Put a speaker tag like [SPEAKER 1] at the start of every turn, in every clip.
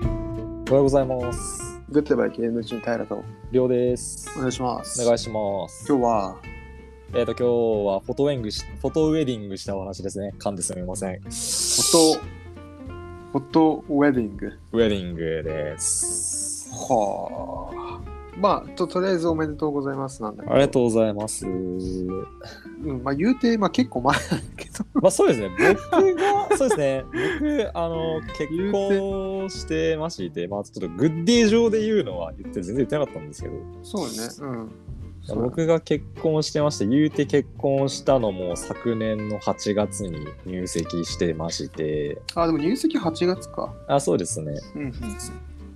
[SPEAKER 1] おはようございます。
[SPEAKER 2] グッドバイ KM 中平と
[SPEAKER 1] りょうです。
[SPEAKER 2] お願いします。
[SPEAKER 1] お願いします。
[SPEAKER 2] 今日は、
[SPEAKER 1] えっ、と、今日はフォトウェディングし、フォトウェディングしたお話ですね。噛んですみません。フ
[SPEAKER 2] フォト、フォトウェディング。
[SPEAKER 1] ウェディングです。
[SPEAKER 2] はあ。まあ、ととりあえずおめでとうございますなんだけど。
[SPEAKER 1] ありがとうございます。
[SPEAKER 2] うん、まあ言うて、まあ結構前だけ ど。
[SPEAKER 1] まあそうですね、僕が、そうですね、僕、あの、結婚してまして、まあちょっとグッディ上で言うのは言って、全然言ってなかったんですけど、
[SPEAKER 2] そうね。うん。そう
[SPEAKER 1] 僕が結婚してまして、言うて結婚したのも昨年の8月に入籍してまして、
[SPEAKER 2] あ、でも入籍8月か。
[SPEAKER 1] あ、そうですね。
[SPEAKER 2] うん、うん。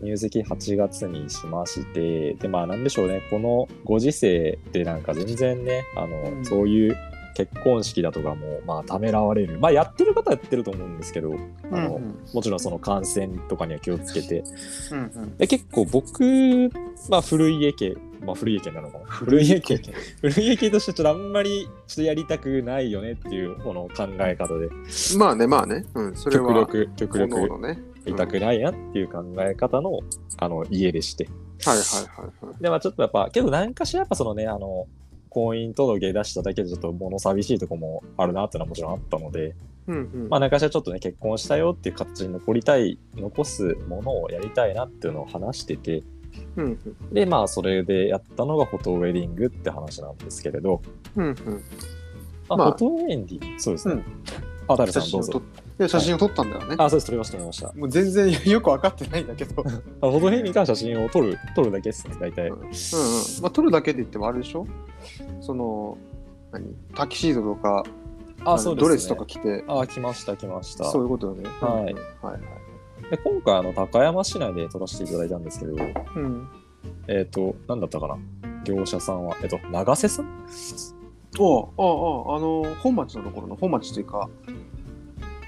[SPEAKER 1] 入籍8月にしましてでまあなんでしょうねこのご時世でなんか全然ねあの、
[SPEAKER 2] うん
[SPEAKER 1] そういう結婚式だとかもまあためらわれるまあやってる方はやってると思うんですけど
[SPEAKER 2] う
[SPEAKER 1] あ
[SPEAKER 2] ん
[SPEAKER 1] の、もちろんその感染とかには気をつけて
[SPEAKER 2] うんうん。
[SPEAKER 1] で結構僕まあ古い家系まあ古い家系なのかな 古い家系古い家系としてちょっとあんまりちょっとやりたくないよねっていうこの考え方で
[SPEAKER 2] まあね、まあね。うん、それ
[SPEAKER 1] 極
[SPEAKER 2] は、
[SPEAKER 1] 力極
[SPEAKER 2] 各々
[SPEAKER 1] 力
[SPEAKER 2] ね。
[SPEAKER 1] やりたくないなっていう考え方のあの家でして
[SPEAKER 2] はいはいはいはい。
[SPEAKER 1] で、まあちょっとやっぱ、けど何かしらやっぱそのね、あの、婚姻届出しただけでちょっと物寂しいとこもあるなっていうのはもちろんあったので、
[SPEAKER 2] うんうん。
[SPEAKER 1] まあ何かしらちょっとね、結婚したよっていう形に残りたい、残すものをやりたいなっていうのを話してて、
[SPEAKER 2] うんうん。
[SPEAKER 1] で、まあそれでやったのがフォトウェディングって話なんですけれど、
[SPEAKER 2] うんうん。
[SPEAKER 1] あ、
[SPEAKER 2] まあ
[SPEAKER 1] フォトウェディングそうですね。
[SPEAKER 2] うん
[SPEAKER 1] あ、タル
[SPEAKER 2] 写
[SPEAKER 1] さんど
[SPEAKER 2] 真
[SPEAKER 1] う
[SPEAKER 2] を撮っ
[SPEAKER 1] ぞ。
[SPEAKER 2] いや写真を撮ったんだよね。
[SPEAKER 1] あ、そうです、撮りました、撮りました。あ
[SPEAKER 2] もう全然よく分かってないんだけど。うんうん。
[SPEAKER 1] フォトウェディングから写真を撮る、撮るだけですね、大体。
[SPEAKER 2] まあ撮るだけで言ってもあれでしょその、何タキシードとか、あ
[SPEAKER 1] あ、
[SPEAKER 2] の
[SPEAKER 1] そうです、ね。
[SPEAKER 2] ドレスとか。着て、
[SPEAKER 1] あ、来ました、来ました。
[SPEAKER 2] そういうことよね。
[SPEAKER 1] はい
[SPEAKER 2] はいはい。
[SPEAKER 1] で今回あの高山市内で撮らせていただいたんですけど、
[SPEAKER 2] うん。
[SPEAKER 1] えっ、と、なんだったかな業者さんは、えっ、と、長瀬さん
[SPEAKER 2] おうおうおうあの、本町のところの、本町というか、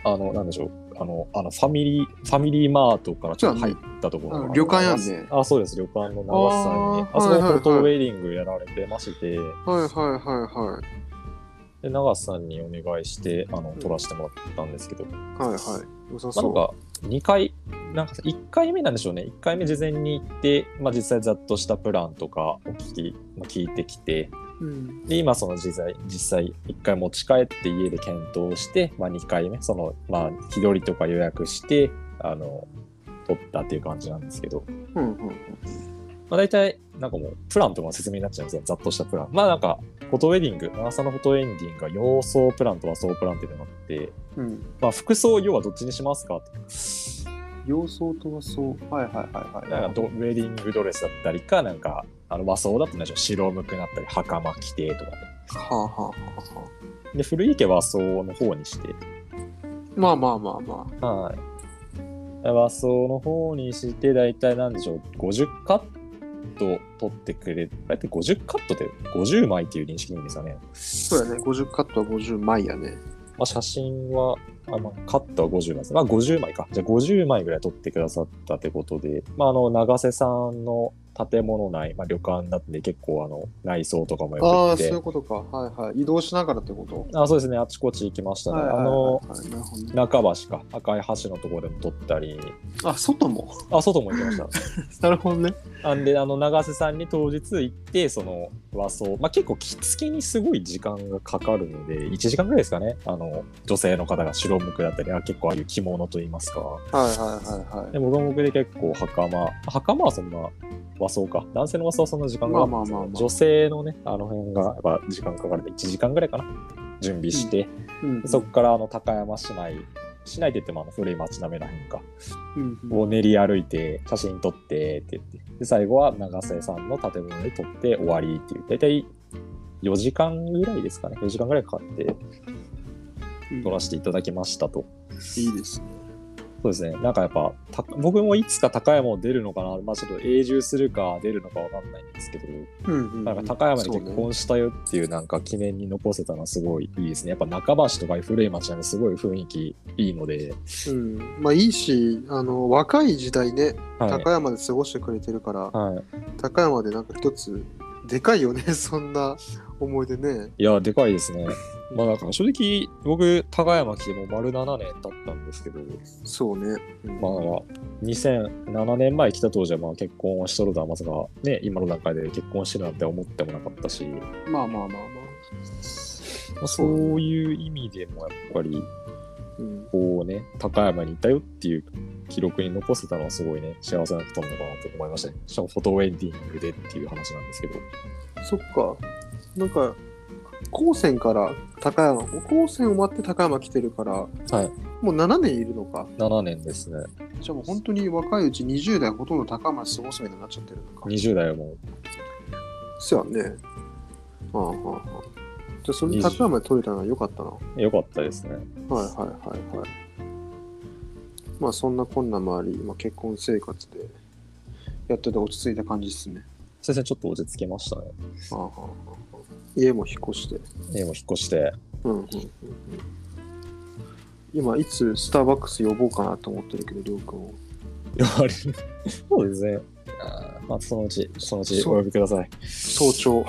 [SPEAKER 1] あの、なんでしょう。あの、あのファミリー、ファミリーマートからちょっと
[SPEAKER 2] そう
[SPEAKER 1] 入
[SPEAKER 2] や
[SPEAKER 1] っ
[SPEAKER 2] ね
[SPEAKER 1] たところ
[SPEAKER 2] あ
[SPEAKER 1] の
[SPEAKER 2] の旅館やんね
[SPEAKER 1] あ、そうです。旅館の長瀬さんに、
[SPEAKER 2] あー
[SPEAKER 1] あそこ
[SPEAKER 2] はいはい
[SPEAKER 1] フ
[SPEAKER 2] はい
[SPEAKER 1] ォトウェディングやられてまして、
[SPEAKER 2] はいはいはいはい。
[SPEAKER 1] で、長瀬さんにお願いして、あの、撮らせてもらったんですけど、
[SPEAKER 2] はいはい。良さ
[SPEAKER 1] まあ、
[SPEAKER 2] そ
[SPEAKER 1] なん
[SPEAKER 2] う。
[SPEAKER 1] か2回なんか1回目なんでしょうね1回目事前に行って、まあ、実際ざっとしたプランとかを聞き、まあ聞いてきて
[SPEAKER 2] うん。
[SPEAKER 1] で今その実際実際1回持ち帰って家で検討して、まあ、2回目そのまあ日取りとか予約してあの取ったっていう感じなんですけど、
[SPEAKER 2] うんうん。
[SPEAKER 1] まあ、大体なんかもうプランとかの説明になっちゃうんですよざっとしたプランまあなんかフォトウェディング長さのフォトウェディングは洋装プランと和装プランっていうのがあって、
[SPEAKER 2] うん。
[SPEAKER 1] まあ、服装要はどっちにしますかって
[SPEAKER 2] 洋装と和装。はいはいはいはい。
[SPEAKER 1] なんかドウェディングドレスだったりか、なんか、あの和装だとね、白無くなったり、袴着てとかね。
[SPEAKER 2] はあはあはあはあ。
[SPEAKER 1] で、古池和装の方にして、
[SPEAKER 2] まあまあまあま
[SPEAKER 1] はい。和装の方にして、だいたいなんでしょう、50カット取ってくれ、だいたい50カットで50枚っていう認識でいいんですよね。
[SPEAKER 2] あ。そうやね。50カットは50枚やね。
[SPEAKER 1] まあ、写真は、あまあ、カットは50枚です。まあ、50枚か。じゃあ、50枚ぐらい撮ってくださったってことで、まあ、あの、長瀬さんの建物内、まあ、旅館だって結構、あの、内装とかもよく
[SPEAKER 2] あ
[SPEAKER 1] 行
[SPEAKER 2] あ、
[SPEAKER 1] って
[SPEAKER 2] そういうことか。はいはい。移動しながらってこと
[SPEAKER 1] あそうですね、あちこち行きましたね。
[SPEAKER 2] はいはい
[SPEAKER 1] あの、
[SPEAKER 2] はいなるほどね
[SPEAKER 1] 中橋か、赤い橋のところでも撮ったり、
[SPEAKER 2] あ、外も。
[SPEAKER 1] あ、外も行きました。
[SPEAKER 2] なるほどね。
[SPEAKER 1] あんで、あの、長瀬さんに当日行って、その和装、まあ、結構着付けにすごい時間がかかるので、1時間ぐらいですかね、あの、女性の方が白無垢だったり、あ結構ああいう着物といいますか。
[SPEAKER 2] はいはいはいはい
[SPEAKER 1] で、。僕も僕で結構袴、袴はそんな和装か、男性の和装はそんな時間が
[SPEAKER 2] ま
[SPEAKER 1] か
[SPEAKER 2] あ
[SPEAKER 1] かる
[SPEAKER 2] まあまあまあ
[SPEAKER 1] 女。性のね、あの辺が、やっぱ時間かかるんで、1時間ぐらいかな、準備して。
[SPEAKER 2] うん
[SPEAKER 1] そこからあの高山市内、市内って言ってもあの古い町並みらへんか、
[SPEAKER 2] うんうん
[SPEAKER 1] を練り歩いて、写真撮ってって言って、で最後は長瀬さんの建物で撮って終わりっていう、大体4時間ぐらいですかね、4時間ぐらいかかって撮らせていただきましたと。
[SPEAKER 2] いいですね。
[SPEAKER 1] そうですね、なんかやっぱ、た僕もいつか高山を出るのかな、まあちょっと永住するか出るのかわかんないんですけど、
[SPEAKER 2] うんうんうん
[SPEAKER 1] なんか高山で結婚したよっていうなんか記念に残せたのはすごいいいですね。やっぱ中橋とかいう古い町並みすごい雰囲気いいので、
[SPEAKER 2] そうねうん、まあいいしあの若い時代ね
[SPEAKER 1] はい
[SPEAKER 2] 高山で過ごしてくれてるから、
[SPEAKER 1] はい、
[SPEAKER 2] 高山でなんか一つでかいよね そんな思い出ね。
[SPEAKER 1] いや、でかいですね。まあなんか正直、僕、高山来てもう丸7年経ったんですけど、
[SPEAKER 2] そうね。うん
[SPEAKER 1] まあ2007年前来た当時はまあ結婚はしとるだまさかね、今の段階で結婚してるなんて思ってもなかったし、
[SPEAKER 2] まあまあまあまあ。
[SPEAKER 1] まあ、そういう意味でもやっぱり、
[SPEAKER 2] うん、
[SPEAKER 1] こうね、高山にいたよっていう記録に残せたのはすごいね、幸せなことなのかなと思いましたね。しかもフォトウェディングでっていう話なんですけど。
[SPEAKER 2] そっか。なんか、高専から高山、高専を待って高山来てるから、
[SPEAKER 1] はい
[SPEAKER 2] もう7年いるのか。
[SPEAKER 1] 7年ですね。
[SPEAKER 2] じゃあもう本当に若いうち20代ほとんど高山で過ごすみたいになっちゃってるのか。
[SPEAKER 1] 20代はも
[SPEAKER 2] そうやね。ああ、ああ、ああ。じゃあそれで高山で取れたのは良かったな。は
[SPEAKER 1] う良かったですね。
[SPEAKER 2] いはいはいはい。まあそんなこんなもあり、今結婚生活でやってて落ち着いた感じですね。
[SPEAKER 1] 先生ちょっと落ち着けましたね。
[SPEAKER 2] ああ、ああああ家も引っ越して。
[SPEAKER 1] 家も引っ越して。
[SPEAKER 2] うんうんうんうん今いつスターバックス呼ぼうかなと思ってるけど、りょうくんを。
[SPEAKER 1] やはり、 そうですね。あーまあ、そのうち、そのうちお呼びください。
[SPEAKER 2] 早朝。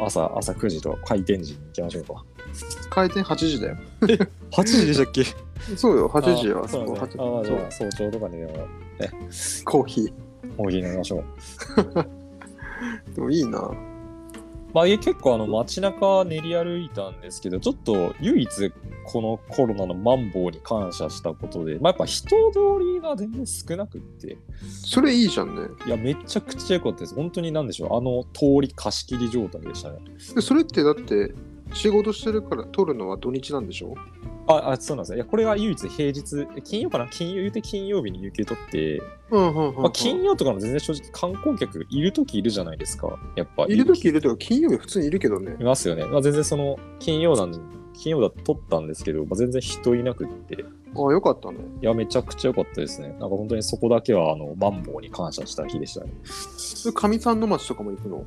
[SPEAKER 1] 朝、朝9時と開店時に行きましょうか。
[SPEAKER 2] 開店8時だよ。
[SPEAKER 1] 8時でしたっけ
[SPEAKER 2] そうよ、8時
[SPEAKER 1] あ
[SPEAKER 2] よ。
[SPEAKER 1] そう
[SPEAKER 2] こ
[SPEAKER 1] なんですね。あ
[SPEAKER 2] 8
[SPEAKER 1] ー
[SPEAKER 2] 時
[SPEAKER 1] じゃあ、早朝とかにでも、
[SPEAKER 2] そうコーヒ
[SPEAKER 1] コーヒー飲みましょう。
[SPEAKER 2] ー。でもいいな。
[SPEAKER 1] まあ、いえ結構あの街中練り歩いたんですけどちょっと唯一このコロナのマンボウに感謝したことで、まあ、やっぱ人通りが全然少なくって
[SPEAKER 2] それいいじゃんね。
[SPEAKER 1] いやめちゃくちゃ良かったです本当に何でしょうあの通り貸し切り状態でしたね
[SPEAKER 2] でそれってだって仕事してるから取るのは土日なんでしょ
[SPEAKER 1] ああそうなんですねいやこれは唯一平日金曜かな金曜言うて金曜日に有給取って、
[SPEAKER 2] うんうんうん、
[SPEAKER 1] まあ、金曜とかも全然正直観光客いる時いるじゃないですかやっぱ
[SPEAKER 2] いる時いるとか金曜日普通にいるけどね
[SPEAKER 1] い。ますよね、まあ、全然その金曜なんで金曜だと取ったんですけど、まあ、全然人いなくって
[SPEAKER 2] ああよかったね。
[SPEAKER 1] いや、めちゃくちゃ良かったですね。なんか本当にそこだけは、あの、マンボウに感謝した日でしたね。
[SPEAKER 2] それかみさんの町とかも行くの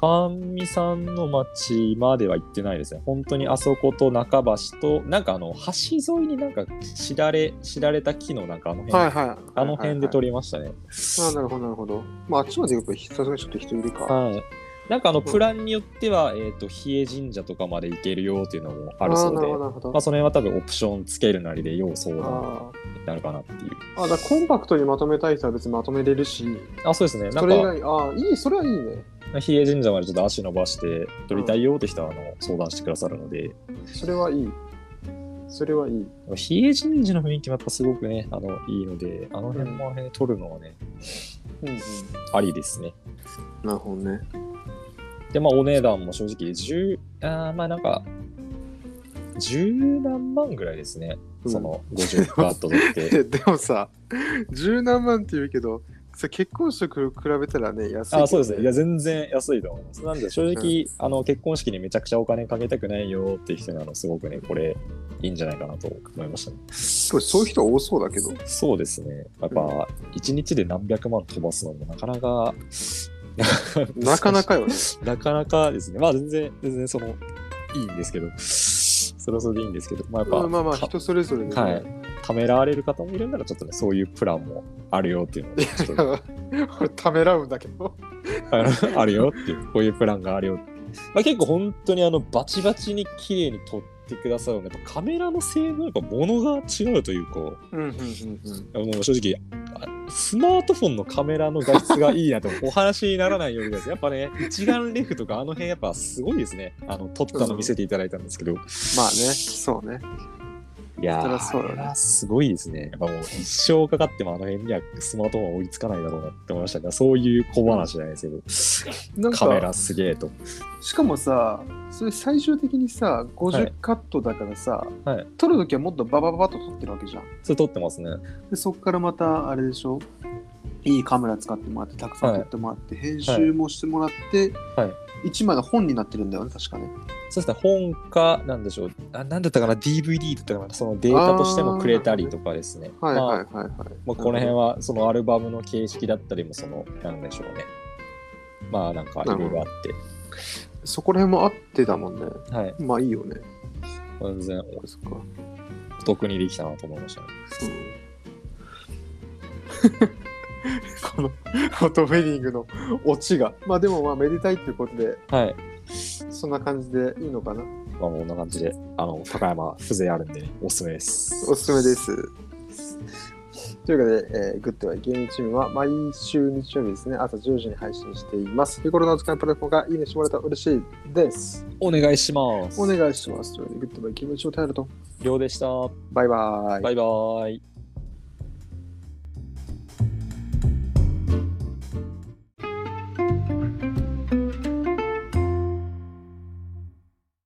[SPEAKER 1] 神さんの町までは行ってないですね。本当にあそこと中橋と、なんかあの、橋沿いになんかしだれ、しだれた木のなんかあの辺、
[SPEAKER 2] はいはい。
[SPEAKER 1] あの辺で撮
[SPEAKER 2] り。
[SPEAKER 1] りましたね。
[SPEAKER 2] ああなるほどなるほど。まああっちまで行くとさすがにちょっと人いるか。
[SPEAKER 1] はい。なんかあの、プランによっては、えっ、と、比叡神社とかまで行けるよっていうのもあるそ
[SPEAKER 2] あ
[SPEAKER 1] う
[SPEAKER 2] な
[SPEAKER 1] で
[SPEAKER 2] るほ、どなるほど。
[SPEAKER 1] まあ、その辺は多分オプションつけるなりで要相談
[SPEAKER 2] あ
[SPEAKER 1] になるかなっていう。
[SPEAKER 2] ああだからコンパクトにまとめたい人は別にまとめれるし、
[SPEAKER 1] あ、そうですね。な
[SPEAKER 2] そ
[SPEAKER 1] ん
[SPEAKER 2] れ以
[SPEAKER 1] か、
[SPEAKER 2] 外、ああ、いい、それはいいね。
[SPEAKER 1] 比叡神社までちょっと足伸ばして撮りたいよって人はあの相談してくださるので、
[SPEAKER 2] それはいい。それはいい。
[SPEAKER 1] 比叡神社の雰囲気もやっぱすごくね、あのいいので、あの辺もあれ撮るのはね、
[SPEAKER 2] うんうん。
[SPEAKER 1] ありですね。
[SPEAKER 2] なるほどね。
[SPEAKER 1] で、まあお値段も正直10、あーまあなんか、十何万ぐらいですね、
[SPEAKER 2] うん
[SPEAKER 1] その50カート取って。
[SPEAKER 2] ででもさ十何万って言うけどさ結婚式と比べたらね安いけど、
[SPEAKER 1] あーそうですね。いや、全然安いと思います。なんで、正直、あの、結婚式にめちゃくちゃお金かけたくないよっていう人に、あの、すごくね、これ、いいんじゃないかなと思いましたね。
[SPEAKER 2] でもそういう人多そうだけど
[SPEAKER 1] そうですね。やっ
[SPEAKER 2] う
[SPEAKER 1] ぱ、一日で何百万飛ばすのもなかなか、
[SPEAKER 2] なかなかよね
[SPEAKER 1] なかなかですね。まあ全然、全然その、いいんですけど、それはそれでいいんですけど、まあやっぱ、
[SPEAKER 2] うんまあまあ
[SPEAKER 1] か
[SPEAKER 2] 人それぞれね、
[SPEAKER 1] はいためらわれる方もいるなら、ちょっとね、そういうプランもあるよっていうのをち ょっとね、
[SPEAKER 2] 俺ためらうんだけど
[SPEAKER 1] あのあるよっていう、こういうプランがあるよって。まあ結構本当にあの、バチバチに綺麗に撮ってくださるので、やっぱカメラの性能、やっぱ物が違うというか、も
[SPEAKER 2] うんうんうんうん
[SPEAKER 1] う正直、あスマートフォンのカメラの画質がいいな とお話にならないようにですやっぱね一眼レフとかあの辺やっぱすごいですねあの撮ったの見せていただいたんですけど、
[SPEAKER 2] まあねそうね
[SPEAKER 1] いや
[SPEAKER 2] そり
[SPEAKER 1] ー
[SPEAKER 2] ゃそうだね
[SPEAKER 1] あれはすごいですね。やっぱもう一生かかってもあの辺にはスマートフォンは追いつかないだろうなって思いましたね。そういう小話じゃないですけ
[SPEAKER 2] な
[SPEAKER 1] ど、
[SPEAKER 2] ん
[SPEAKER 1] カメ
[SPEAKER 2] か
[SPEAKER 1] ラすげえと。
[SPEAKER 2] しかもさそれ最終的にさ
[SPEAKER 1] はい
[SPEAKER 2] 50カットだからさ、
[SPEAKER 1] はい
[SPEAKER 2] 撮るときはもっとババババッと撮ってるわけじゃん
[SPEAKER 1] それ撮ってますね。
[SPEAKER 2] でそこからまたあれでしょいいカメラ使ってもらってたくさん撮ってもらって、編集もしてもらって、
[SPEAKER 1] はい
[SPEAKER 2] 一枚の本になってるんだよね確かね
[SPEAKER 1] そうですね、本か、なんでしょう、あなんだったかな、DVD だったかな、そのデータとしてもくれたりとかですね。
[SPEAKER 2] はいは
[SPEAKER 1] ま
[SPEAKER 2] い
[SPEAKER 1] あ
[SPEAKER 2] はいはい、
[SPEAKER 1] まあ、この辺はそのアルバムの形式だったりも、その、なんでしょうね。まあなんかいろいろあっ
[SPEAKER 2] そこら辺も合ってたもんね
[SPEAKER 1] て、はい、
[SPEAKER 2] まあいいよね
[SPEAKER 1] 全然
[SPEAKER 2] そっか、
[SPEAKER 1] お得にできたなと思いましたね。
[SPEAKER 2] うんこのフォトフェディングのオチがまあでもまあめでたいっていうことで
[SPEAKER 1] はい。
[SPEAKER 2] そんな感じでいいのかな
[SPEAKER 1] まあ、こんな感じで、あの、高山、風情あるんでね、おすすめです。
[SPEAKER 2] おすすめで。す。ということで、えーグッドはイケメンチームは毎週日曜日ですね、朝10時に配信しています。日頃のお使いのプラットフォームがいいねしてもらえたら嬉しいです。
[SPEAKER 1] お願いします。
[SPEAKER 2] お願いします。ということで、グッドバイイケメンチームタイルと、
[SPEAKER 1] りょうでした。
[SPEAKER 2] バイバイ。
[SPEAKER 1] バイバイ。